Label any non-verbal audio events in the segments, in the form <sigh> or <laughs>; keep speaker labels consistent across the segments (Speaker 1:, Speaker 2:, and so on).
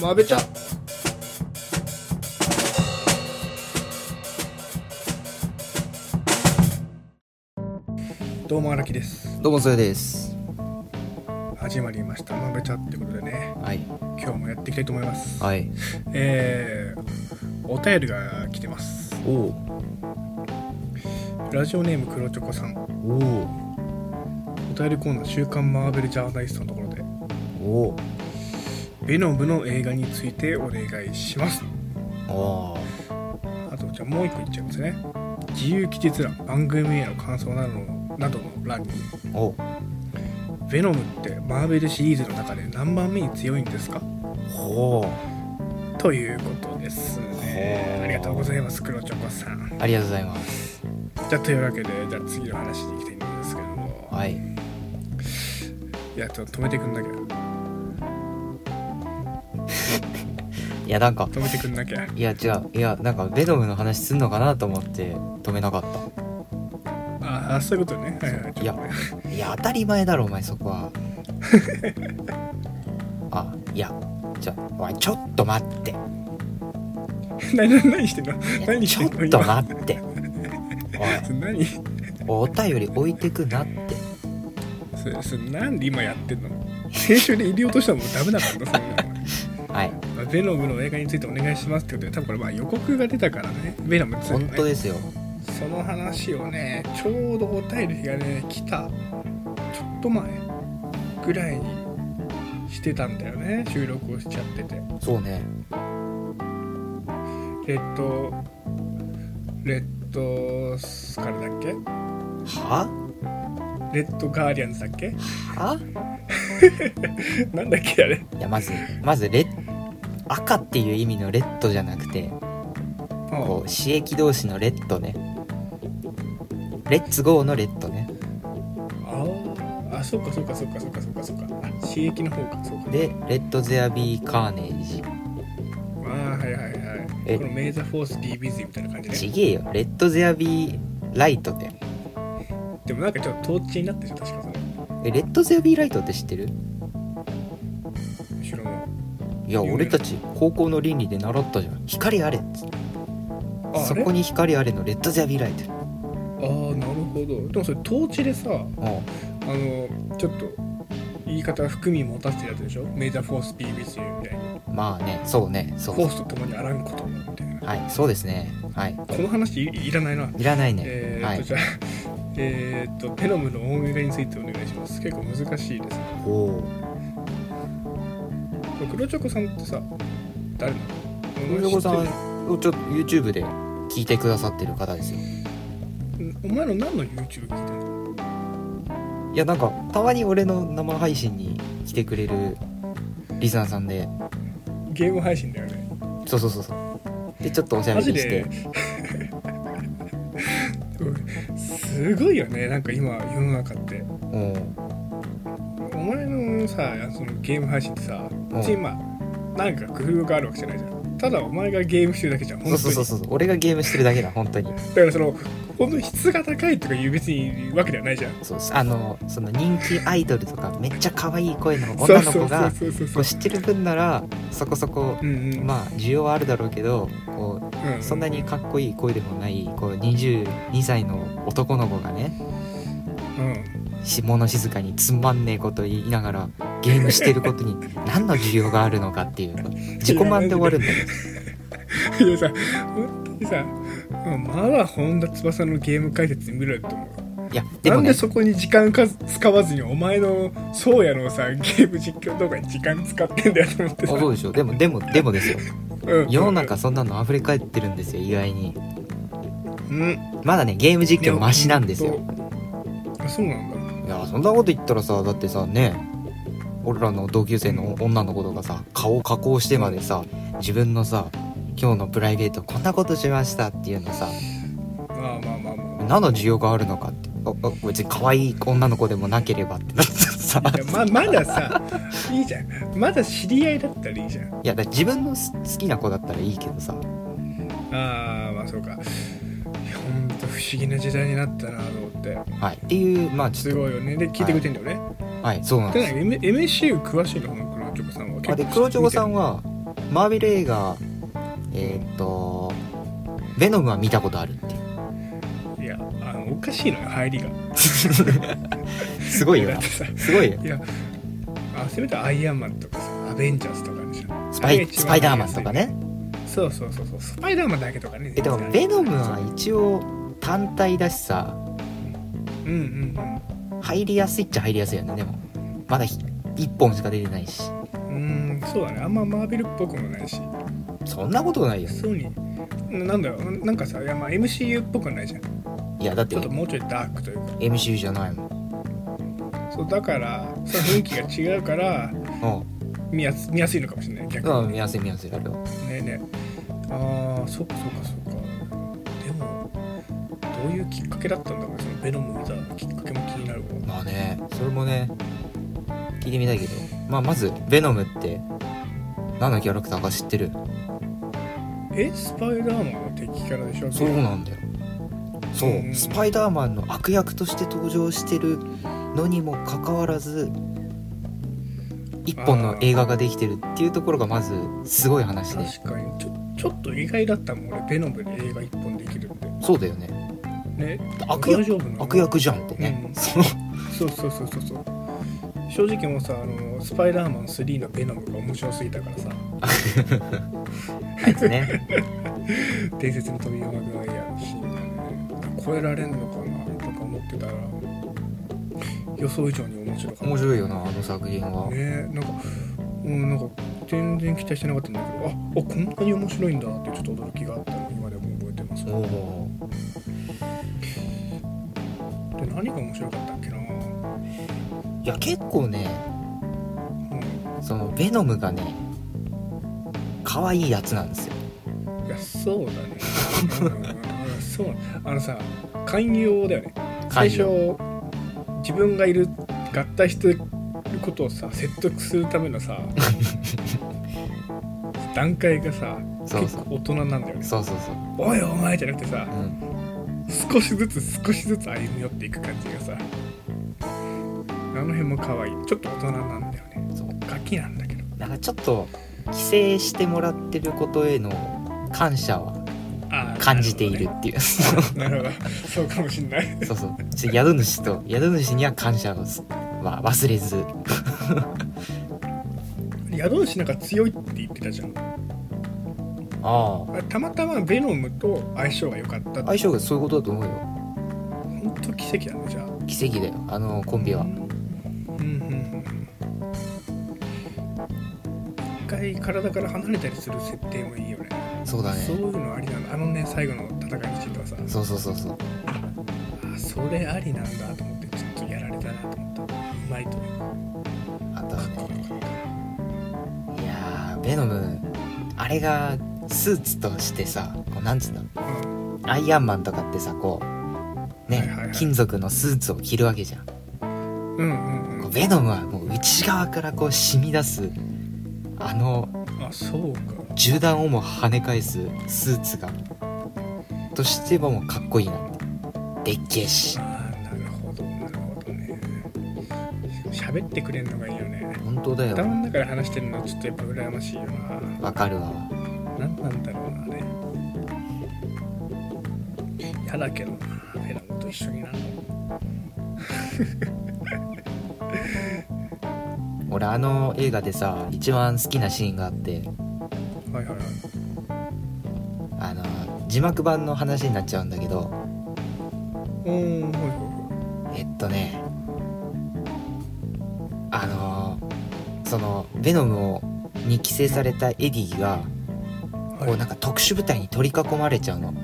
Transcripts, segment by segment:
Speaker 1: まべちゃどうも荒木です
Speaker 2: どうもそれです
Speaker 1: 始まりましたまべちゃってことでね
Speaker 2: はい
Speaker 1: 今日もやっていきたいと思います、
Speaker 2: はい
Speaker 1: えー、お便りが来てます
Speaker 2: おお
Speaker 1: ラジオネーム黒チョコさんお
Speaker 2: お
Speaker 1: 便りコーナー「週刊マーベルジャーナリスト」のところで
Speaker 2: おお
Speaker 1: ベノムの映画についてお願いします
Speaker 2: お
Speaker 1: あとじゃあもう一個いっちゃいますね自由期日欄番組への感想などのなどの欄に
Speaker 2: お
Speaker 1: 「ベノムってマーベルシリーズの中で何番目に強いんですか?
Speaker 2: ほ」
Speaker 1: ということですね
Speaker 2: へー
Speaker 1: ありがとうございます黒チョコさん
Speaker 2: うありがとうございます
Speaker 1: じゃあというわけでじゃあ次の話に行きたいんですけども
Speaker 2: はい
Speaker 1: いやちょっと止めてくんなきゃ
Speaker 2: いやなんか
Speaker 1: 止めてくんなきゃ
Speaker 2: いや違ういやなんかベノムの話すんのかなと思って止めなかっ
Speaker 1: ああそういうことねはいはいちょっとね
Speaker 2: たいや当たり前だろお前そ
Speaker 1: <laughs>
Speaker 2: こはあいやちょお前ちょっと待ってい
Speaker 1: 何何何してんの
Speaker 2: や
Speaker 1: 何し
Speaker 2: ち
Speaker 1: て
Speaker 2: ょ
Speaker 1: ん
Speaker 2: っ
Speaker 1: の
Speaker 2: と
Speaker 1: 今
Speaker 2: 待って
Speaker 1: 何
Speaker 2: おいお便り置いてくなって
Speaker 1: それそれなんで今やってんの先週で入れようとしたのもダメだったんだそん
Speaker 2: <laughs>
Speaker 1: なの
Speaker 2: はい
Speaker 1: まあベノムの映画についてお願いしますってことで多分これまあ予告が出たからねベノム2、ね、
Speaker 2: 本当ですよ
Speaker 1: その話をねちょうどお便りがね来たちょっと前ぐらいにしてたんだよね収録をしちゃってて
Speaker 2: そうね
Speaker 1: レッドレッドスカルだっけ
Speaker 2: は
Speaker 1: レッドガーディアンズだっ
Speaker 2: <laughs>
Speaker 1: け
Speaker 2: は
Speaker 1: なんだっけあれ
Speaker 2: いやまずまずレッ赤っていう意味のレッドじゃなくてこう刺激同士のレッドねレッツゴーのレッドね
Speaker 1: ああそっかそっかそっかそっかそっかそっかあ刺激の方かそうか
Speaker 2: でレッドゼアビーカーネージ
Speaker 1: あーはいはいはい
Speaker 2: え
Speaker 1: このメイザフォース DBZ みたいな感じね
Speaker 2: ちげえよレッドゼアビーライトって
Speaker 1: でもなんかちょっと統治になってる確かそれ
Speaker 2: えレッドゼアビーライトって知ってる
Speaker 1: 後ろの
Speaker 2: いや
Speaker 1: 有名
Speaker 2: 俺たち高校の倫理で習ったじゃん光あれっつって
Speaker 1: ああ
Speaker 2: そ
Speaker 1: れ
Speaker 2: こに光あれのレッドゼアビーライト
Speaker 1: あーなるほどでもそれ統治でさあ
Speaker 2: も
Speaker 1: のちょっと言い方含み持たせてるやつでしょメイザーフォース BBC みたいに
Speaker 2: うまあねそうねそ
Speaker 1: フ
Speaker 2: う
Speaker 1: ォースと共にあらんことみたいな
Speaker 2: はいそうですねはい
Speaker 1: この話いいらないな、
Speaker 2: いらないね、
Speaker 1: えー、っ
Speaker 2: は
Speaker 1: と、
Speaker 2: い
Speaker 1: じゃあ <laughs> えー、っとペノムの音楽についてお願いします結構難しいですね
Speaker 2: おお
Speaker 1: 黒チョコさんってさ誰なの
Speaker 2: 黒猫さんをちょっと YouTube で聞いてくださってる方ですよ
Speaker 1: お前の何の YouTube 聞いてるの
Speaker 2: いやなんかたまに俺の生配信に来てくれるリスナーさんで
Speaker 1: ゲーム配信だよね
Speaker 2: そうそうそうそうでちょっとおしゃ
Speaker 1: マ
Speaker 2: べ
Speaker 1: ジ
Speaker 2: りして
Speaker 1: で <laughs> すごいよねなんか今世の中って
Speaker 2: うん
Speaker 1: お前のさそのゲーム配信ってさ
Speaker 2: うん
Speaker 1: 別にまあなんか工夫があるわけじゃないじゃんただお前がゲームしてるだけじゃん本当
Speaker 2: そう
Speaker 1: に
Speaker 2: そうそうそう俺がゲームしてるだけだ本当に
Speaker 1: だからその本当に質が高いとかいう別にわけではないじゃん
Speaker 2: そうあのその人気アイドルとかめっちゃ可愛い声の女の子が
Speaker 1: そうそうそ
Speaker 2: こ
Speaker 1: う
Speaker 2: う
Speaker 1: そ
Speaker 2: 知ってる分ならそこそこ
Speaker 1: ううんうん
Speaker 2: まあ需要はあるだろうけどこう
Speaker 1: あ
Speaker 2: そんなにかっこいい声でもないこう22歳の男の子がね
Speaker 1: うん
Speaker 2: し物静かにつまんねえこと言いながらゲームしてることに何の需要があるのかっていう自己満で終わるんだけど
Speaker 1: いやさ本当にさまだ本田翼のゲーム解説に見られると思う
Speaker 2: いやでも
Speaker 1: なん
Speaker 2: ね
Speaker 1: でそこに時間か使わずにお前のそうやのさゲーム実況動画に時間使ってんだよと思って
Speaker 2: あ
Speaker 1: さ、
Speaker 2: そうでしょでもでもでもですよ
Speaker 1: うん
Speaker 2: 世の中そんなの溢れ返ってるんですよ意外に
Speaker 1: うん
Speaker 2: まだねゲーム実況マシなんですよ
Speaker 1: あそうなんだ
Speaker 2: いやそんなこと言ったらさだってさね俺らの同級生の女の子とかさ顔加工してまでさ自分のさ今日のプライベートこんなことしましたっていうのさ
Speaker 1: まあまあまあま
Speaker 2: 何の需要があるのかってああ別に可愛い女の子でもなければってな <laughs> ってさ
Speaker 1: あいやままださいいじゃんまだ知り合いだったらいいじゃん
Speaker 2: いやだから自分のす好きな子だったらいいけどさ
Speaker 1: ああまあそうかいやほんと不思議な時代になったなと思って
Speaker 2: はいっていうまあち
Speaker 1: す
Speaker 2: ょっ
Speaker 1: ごいよねで聞いてくれてんだよね、
Speaker 2: とはいそうなん
Speaker 1: た
Speaker 2: で
Speaker 1: だ
Speaker 2: す
Speaker 1: M- MCU 詳しいのこの黒チョコさんは結構
Speaker 2: あで黒チョコさんはマーベル映画えーっと「ベノム」は見たことあるっていう
Speaker 1: いやあのおかしいのよ入りが
Speaker 2: すごいよ
Speaker 1: だっ
Speaker 2: な
Speaker 1: てさ
Speaker 2: すごいよ
Speaker 1: いやあせめてアイアンマンとかさアベンジャーズとかでしょ
Speaker 2: スパイ
Speaker 1: あれが一番
Speaker 2: スパイダーマンとかね
Speaker 1: そうそうそうそうスパイダーマンだけとかね
Speaker 2: えでも「ベノム」は一応単体だしさ
Speaker 1: うんうん
Speaker 2: 入りやすいっちゃ入りやすいよねでもまだひ一本しか出てないし
Speaker 1: うんうーんそうだねあんまマーベルっぽくもないし
Speaker 2: そんなことないよ
Speaker 1: そうになんだろうなんかさいやまあ MCU っぽくないじゃんち
Speaker 2: いやだって
Speaker 1: ょっともうちょいダークという
Speaker 2: MCU じゃないもん
Speaker 1: かそうだからその雰囲気が違うから
Speaker 2: う
Speaker 1: 見やす見やすいのかもしれない逆
Speaker 2: ん、う
Speaker 1: に
Speaker 2: ん、見やすい見やすいあれは
Speaker 1: ねえねえああそっかそっかそっかでもどういうきっかけだったんだろうそのベノムを見たきっかけも気になるわ
Speaker 2: まあねそれもね聞いてみたいけど、まあ、まずベノムって何のキャラクターか知ってる
Speaker 1: えスパイダーマンの敵キャラでしょ
Speaker 2: そうなんだよそう、
Speaker 1: うん
Speaker 2: スパイダーマンの悪役として登場してるのにもかかわらず一本の映画ができてるっていうところがまずすごい話で
Speaker 1: 確かにちょちょっと意外だったもん俺ベノムで映画一本できるって
Speaker 2: そうだよね
Speaker 1: ね
Speaker 2: 悪役
Speaker 1: 大丈夫なの
Speaker 2: 悪役じゃんってね、
Speaker 1: うん <laughs>
Speaker 2: その
Speaker 1: そうそうそうそうそう正直もうさあのスパイダーマン3のベノムが面白すぎたからさ
Speaker 2: あいつね
Speaker 1: 伝説の飛び山ぐらいやるシーンだね超えられんのかなとか思ってたら予想以上に面白かった
Speaker 2: 面白いよなあの作品は、
Speaker 1: ねなんかうんなんか全然期待してなかったんだけどああこんなに面白いんだってちょっと驚きがあったの今でも覚えてますで
Speaker 2: おお
Speaker 1: 何が面白かったっけな、う
Speaker 2: いや結構ね
Speaker 1: ん、
Speaker 2: そのベノムがね可愛いやつなんですよ
Speaker 1: いやそうだねうんそうあのさ寛容だよね最初自分がいる合体してることをさ説得するための
Speaker 2: <laughs>
Speaker 1: さ段階がさ
Speaker 2: そう
Speaker 1: 結
Speaker 2: そう
Speaker 1: 構大人なんだよね
Speaker 2: そうそうそう、
Speaker 1: おいお前じゃなくてさ
Speaker 2: うん、
Speaker 1: 少しずつ少しずつ歩み寄っていく感じがさあの辺も可愛いちょっと大人なんだよね
Speaker 2: そう
Speaker 1: ガキなんだけど
Speaker 2: なんかちょっと帰省してもらってることへの感謝は
Speaker 1: あー
Speaker 2: 感じているっていう、
Speaker 1: なるほど,、ね、なるほどそうかもしんない
Speaker 2: <laughs> そうそうちょ宿主と宿主には感謝をすは忘れず
Speaker 1: 宿主なんか強いって言ってたじゃん
Speaker 2: あ
Speaker 1: あたまたまベノムと相性が良かった
Speaker 2: あ
Speaker 1: ほ
Speaker 2: 相性がそういうことだと思うよ
Speaker 1: んと奇跡だねじゃあ
Speaker 2: 奇跡だよあのコンビは
Speaker 1: うんうんうん一回体から離れたりする設定もいいよね
Speaker 2: そうだね
Speaker 1: そういうのありなのあのね最後の戦いについてはさ
Speaker 2: そうそうそうそう
Speaker 1: あそれありなんだと思ってちょっとやられたなと思ったうまいと思う
Speaker 2: あとはねいやーベノムあれがスーツとしてさこうなんつうんだろうアイアンマンとかってさこうね、
Speaker 1: はいはいはい
Speaker 2: 金属のスーツを着るわけじゃん
Speaker 1: うんうんう
Speaker 2: こうんベノムはもう内側からこう染み出すあの
Speaker 1: あそうか
Speaker 2: 銃弾をも跳ね返すスーツがとしてはもうかっこいいなってでっけえし
Speaker 1: あーなるほどなるほどね喋ってくれるのがいいよね
Speaker 2: 本当だよ
Speaker 1: 頭の中で話してるのはちょっとやっぱ羨ましいよな
Speaker 2: わかるわ
Speaker 1: 何なんだろうなあれ嫌だけどなペラムと一緒になるの
Speaker 2: 俺あの映画でさ一番好きなシーンがあって
Speaker 1: はいはいはい
Speaker 2: あの字幕版の話になっちゃうんだけど
Speaker 1: おーはいは
Speaker 2: えっとねあのーそのベノムをに寄生されたエディが
Speaker 1: いはい
Speaker 2: こうなんか特殊部隊に取り囲まれちゃうの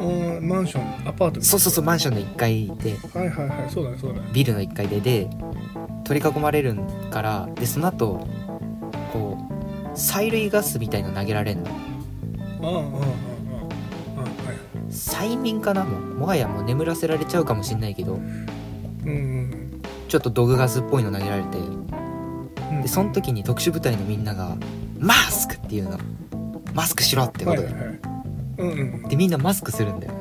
Speaker 1: おーマンションアパート
Speaker 2: そうそうそううマンションの1階で
Speaker 1: はいはいはいそうだねそうだね
Speaker 2: ビルの1階でで取り囲まれるからでその後こう催涙ガスみたいの投げられるの
Speaker 1: ああああああああはい
Speaker 2: 催眠かなもうもはやもう眠らせられちゃうかもしんないけど
Speaker 1: うんうん
Speaker 2: ちょっと毒ガスっぽいの投げられて
Speaker 1: うん
Speaker 2: でその時に特殊部隊のみんなが「マスク!」っていうのマスクしろってこ
Speaker 1: はい
Speaker 2: と
Speaker 1: はい
Speaker 2: で、
Speaker 1: はいうんうん
Speaker 2: でみんなマスクするんだよ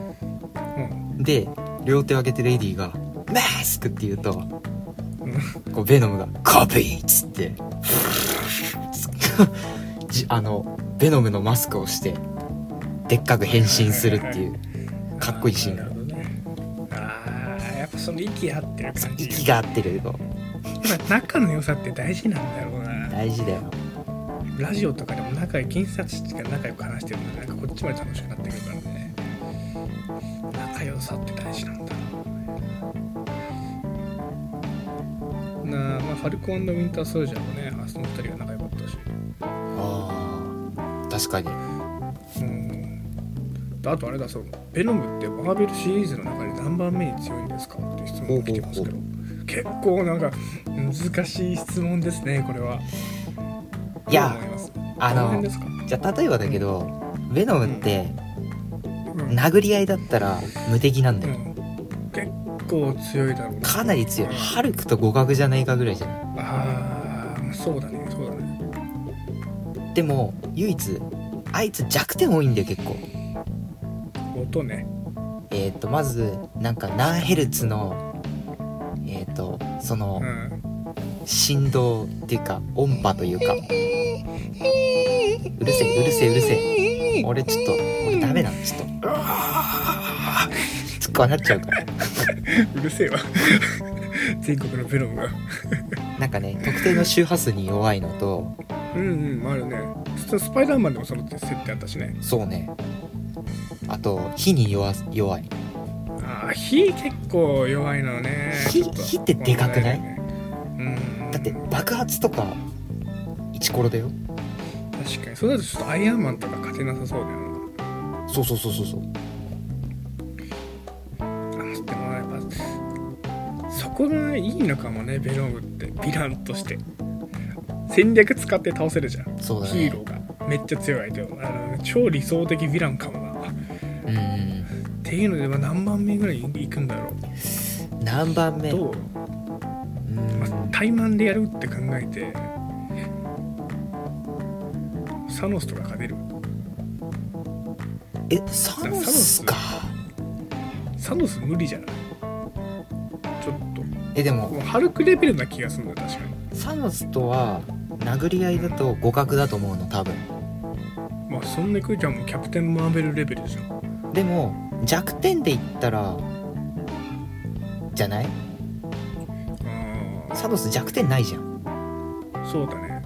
Speaker 2: で両手を上げてレディーが「マスク!」って言うとこうベノムが「コピー!」っつって自じあのベノムのマスクをしてでっかく変身するっていうかっこいいシーン
Speaker 1: な
Speaker 2: が
Speaker 1: るほどねあーやっぱその息合ってる感じ
Speaker 2: 息が合ってるの
Speaker 1: やっぱ仲の良さって大事なんだろうな
Speaker 2: 大事だよ
Speaker 1: ラジオとかでも仲良い検察室が仲良く話してるのでなんかこっちまで楽しくなってくるからね仲良さって大事なんだなあまあファルコンウィンター・ソルジャーもねあその二人が仲良かったし
Speaker 2: あー確か
Speaker 1: う
Speaker 2: に
Speaker 1: んあとあれだそうベノムってマーベルシリーズの中で何番目に強いんですかっていう質問が来てますけど
Speaker 2: ほ
Speaker 1: 結構なんか難しい質問ですねこれはい
Speaker 2: や
Speaker 1: どう思います
Speaker 2: あ
Speaker 1: こ
Speaker 2: の
Speaker 1: 辺ですか
Speaker 2: じゃあ例えばだけどベノムって
Speaker 1: うん
Speaker 2: 殴り合いだったら無敵なんだよ
Speaker 1: うん結構強いだろうな
Speaker 2: かなり強いハルクと互角じゃないかぐらいじゃない
Speaker 1: ああそうだねそうだね
Speaker 2: でも唯一あいつ弱点多いんだよ結構
Speaker 1: 音ね
Speaker 2: えっ、とまずなんか何ヘルツのえっ、とその
Speaker 1: うん
Speaker 2: 振動っていうか音波というかうるせえうるせえうるせえ俺ちょっと俺ダメなのちょっとちょっとこうなっちゃうから
Speaker 1: <laughs> うるせえわ全国のベロムが
Speaker 2: なんかね特定の周波数に弱いのと
Speaker 1: うんうんあるねススパイダーマンでもその設定あったしね
Speaker 2: そうねあと火に弱弱い
Speaker 1: ああ火結構弱いのね
Speaker 2: 火
Speaker 1: ちょと
Speaker 2: 火ってでかくない
Speaker 1: 問題だよねうん
Speaker 2: だって爆発とか一コロだよ
Speaker 1: 確かにそれだとちょっとアイアンマンとか勝てなさそうだよな
Speaker 2: そうそうそうそうそう
Speaker 1: あのでもやっぱそこがいいのかもねベノムってヴィランとして戦略使って倒せるじゃん、
Speaker 2: そうだ
Speaker 1: ヒ
Speaker 2: ね
Speaker 1: ーローがめっちゃ強い相手をあの超理想的ヴィランかもなっ
Speaker 2: うんうん
Speaker 1: ていうのでまあ何番目ぐらいいくんだろう
Speaker 2: 何番目
Speaker 1: どう、
Speaker 2: う
Speaker 1: まあ
Speaker 2: ん、
Speaker 1: 対マンでやるって考えてサノスとか勝てる
Speaker 2: えサノスか
Speaker 1: サノス無理じゃないちょっと
Speaker 2: えでも
Speaker 1: もうハルクレベルな気がするんだ確かに
Speaker 2: サノスとは殴り合いだと互角だと思うの多分
Speaker 1: まあそんな食いちゃんもうキャプテンマーベルレベルじゃん
Speaker 2: でも弱点で言ったらじゃない
Speaker 1: あ
Speaker 2: サノス弱点ないじゃん
Speaker 1: ーそうだね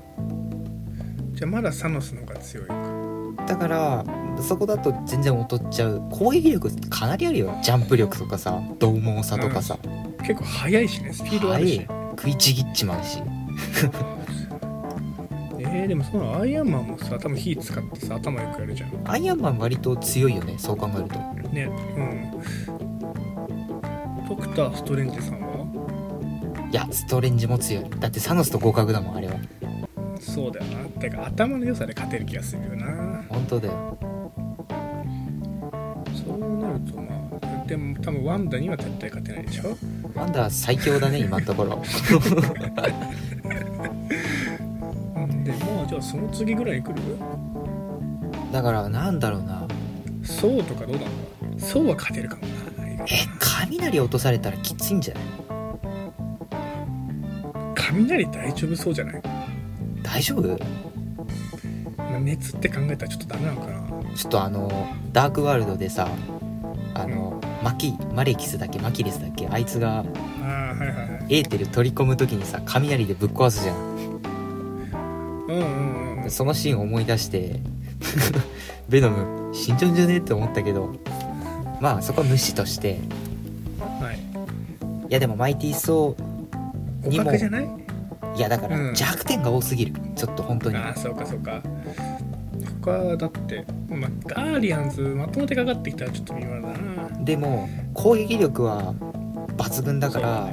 Speaker 1: じゃあまだサノスの方が強いか
Speaker 2: だからそこだと全然劣っちゃう攻撃力かなりあるよジャンプ力とかさ獰猛さとかさ、
Speaker 1: 結構速いしねスピードあ
Speaker 2: は
Speaker 1: る
Speaker 2: い
Speaker 1: し、
Speaker 2: 食いちぎっちまうし
Speaker 1: えー、でもそのアイアンマンもさ多分火使ってさ頭よくやるじゃん
Speaker 2: アイアンマン割と強いよねそう考えると
Speaker 1: ねうんドクター・ストレンジさんはい
Speaker 2: やストレンジも強いだってサノスと互角だもんあれは
Speaker 1: そうだよなてか頭の良さで勝てる気がするよな
Speaker 2: 本当だよ
Speaker 1: そうなるとまあでも多分ワンダには絶対勝てないでしょ
Speaker 2: ワンダー最強だね今のところ
Speaker 1: でもうじゃあその次ぐらいに来る
Speaker 2: だからなんだろうな
Speaker 1: ソウとかどうだろうソウは勝てるかもな意外
Speaker 2: え雷落とされたらきついんじゃない
Speaker 1: と雷大丈夫そうじゃない
Speaker 2: 大丈夫ち
Speaker 1: まあ熱って考えたらちょっとダメなのかな
Speaker 2: ょっとあのダークワールドでさあのマキマレキスだっけマキリスだっけあいつが
Speaker 1: ああはいはいはい
Speaker 2: エーテル取り込む時にさ雷でぶっ壊すじゃん
Speaker 1: うんうんうん
Speaker 2: そのシーンを思い出して <laughs> ベノム死んじゃうんじゃねえって思ったけどまあそこは無視としてい
Speaker 1: はい
Speaker 2: やでもマイティーソーに
Speaker 1: 互
Speaker 2: も
Speaker 1: 角じゃない
Speaker 2: いやだか
Speaker 1: う
Speaker 2: ら
Speaker 1: ん
Speaker 2: 弱点が多すぎるちょっと本当に
Speaker 1: ああそうかそうか他だって、まあ、ガーリアンズまともでかかってきたらちょっと微妙だな
Speaker 2: でも攻撃力は抜群だから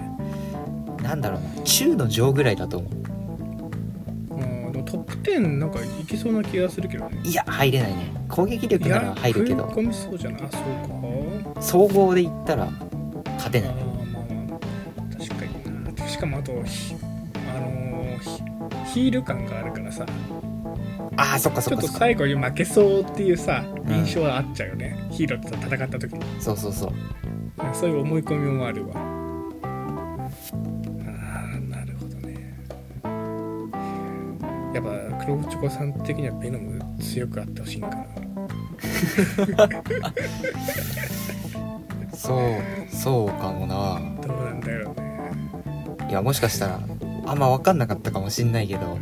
Speaker 1: そう
Speaker 2: なんだろうな中の上ぐらいだと思う
Speaker 1: うんでもトップ10なんかいきそうな気がするけどね
Speaker 2: いや入れないね攻撃力
Speaker 1: い
Speaker 2: な
Speaker 1: や
Speaker 2: ら入るけど
Speaker 1: 食い込みそうじゃないあそうか
Speaker 2: 総合で言ったら勝て
Speaker 1: あ
Speaker 2: ない
Speaker 1: ーまあまあ確かになしかもあとひあのーひヒール感があるからさ
Speaker 2: あーそっか
Speaker 1: ちょ
Speaker 2: そっ
Speaker 1: っと
Speaker 2: かそっか
Speaker 1: 最後に負けそうっていうさ
Speaker 2: ん
Speaker 1: 印象はあっちゃうよね、ヒーローと戦った時に
Speaker 2: そうそうそう
Speaker 1: そういう思い込みもあるわあーなるほどねやっぱ黒チョコさん的にはベノム強くあってほしいんかな
Speaker 2: そうそうかもな
Speaker 1: どうなんだろうね
Speaker 2: いやもしかしたらあんま分かんなかったかもしんないけど、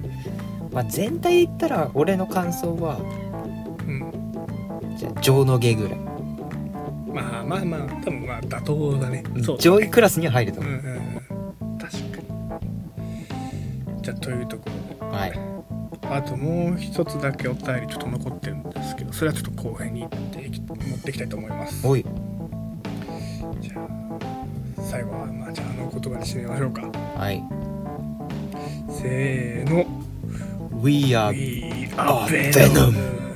Speaker 2: まあ、全体で言ったら俺の感想は
Speaker 1: うん
Speaker 2: じゃあ上の下ぐらい
Speaker 1: まあまあまあ多分まあ妥当だねそうだ
Speaker 2: 上位
Speaker 1: ね
Speaker 2: クラスには入ると
Speaker 1: うん
Speaker 2: 思
Speaker 1: う
Speaker 2: う、
Speaker 1: んうん確かにじゃあというところで
Speaker 2: はい
Speaker 1: あともう一つだけお便りちょっと残ってるんですけどそれはちょっと後編に行っていき持っていきたいと思います
Speaker 2: おい
Speaker 1: じゃあ最後はまあじゃああの言葉で締めましょうか
Speaker 2: はい
Speaker 1: せーの
Speaker 2: We are
Speaker 1: We
Speaker 2: are
Speaker 1: are Venom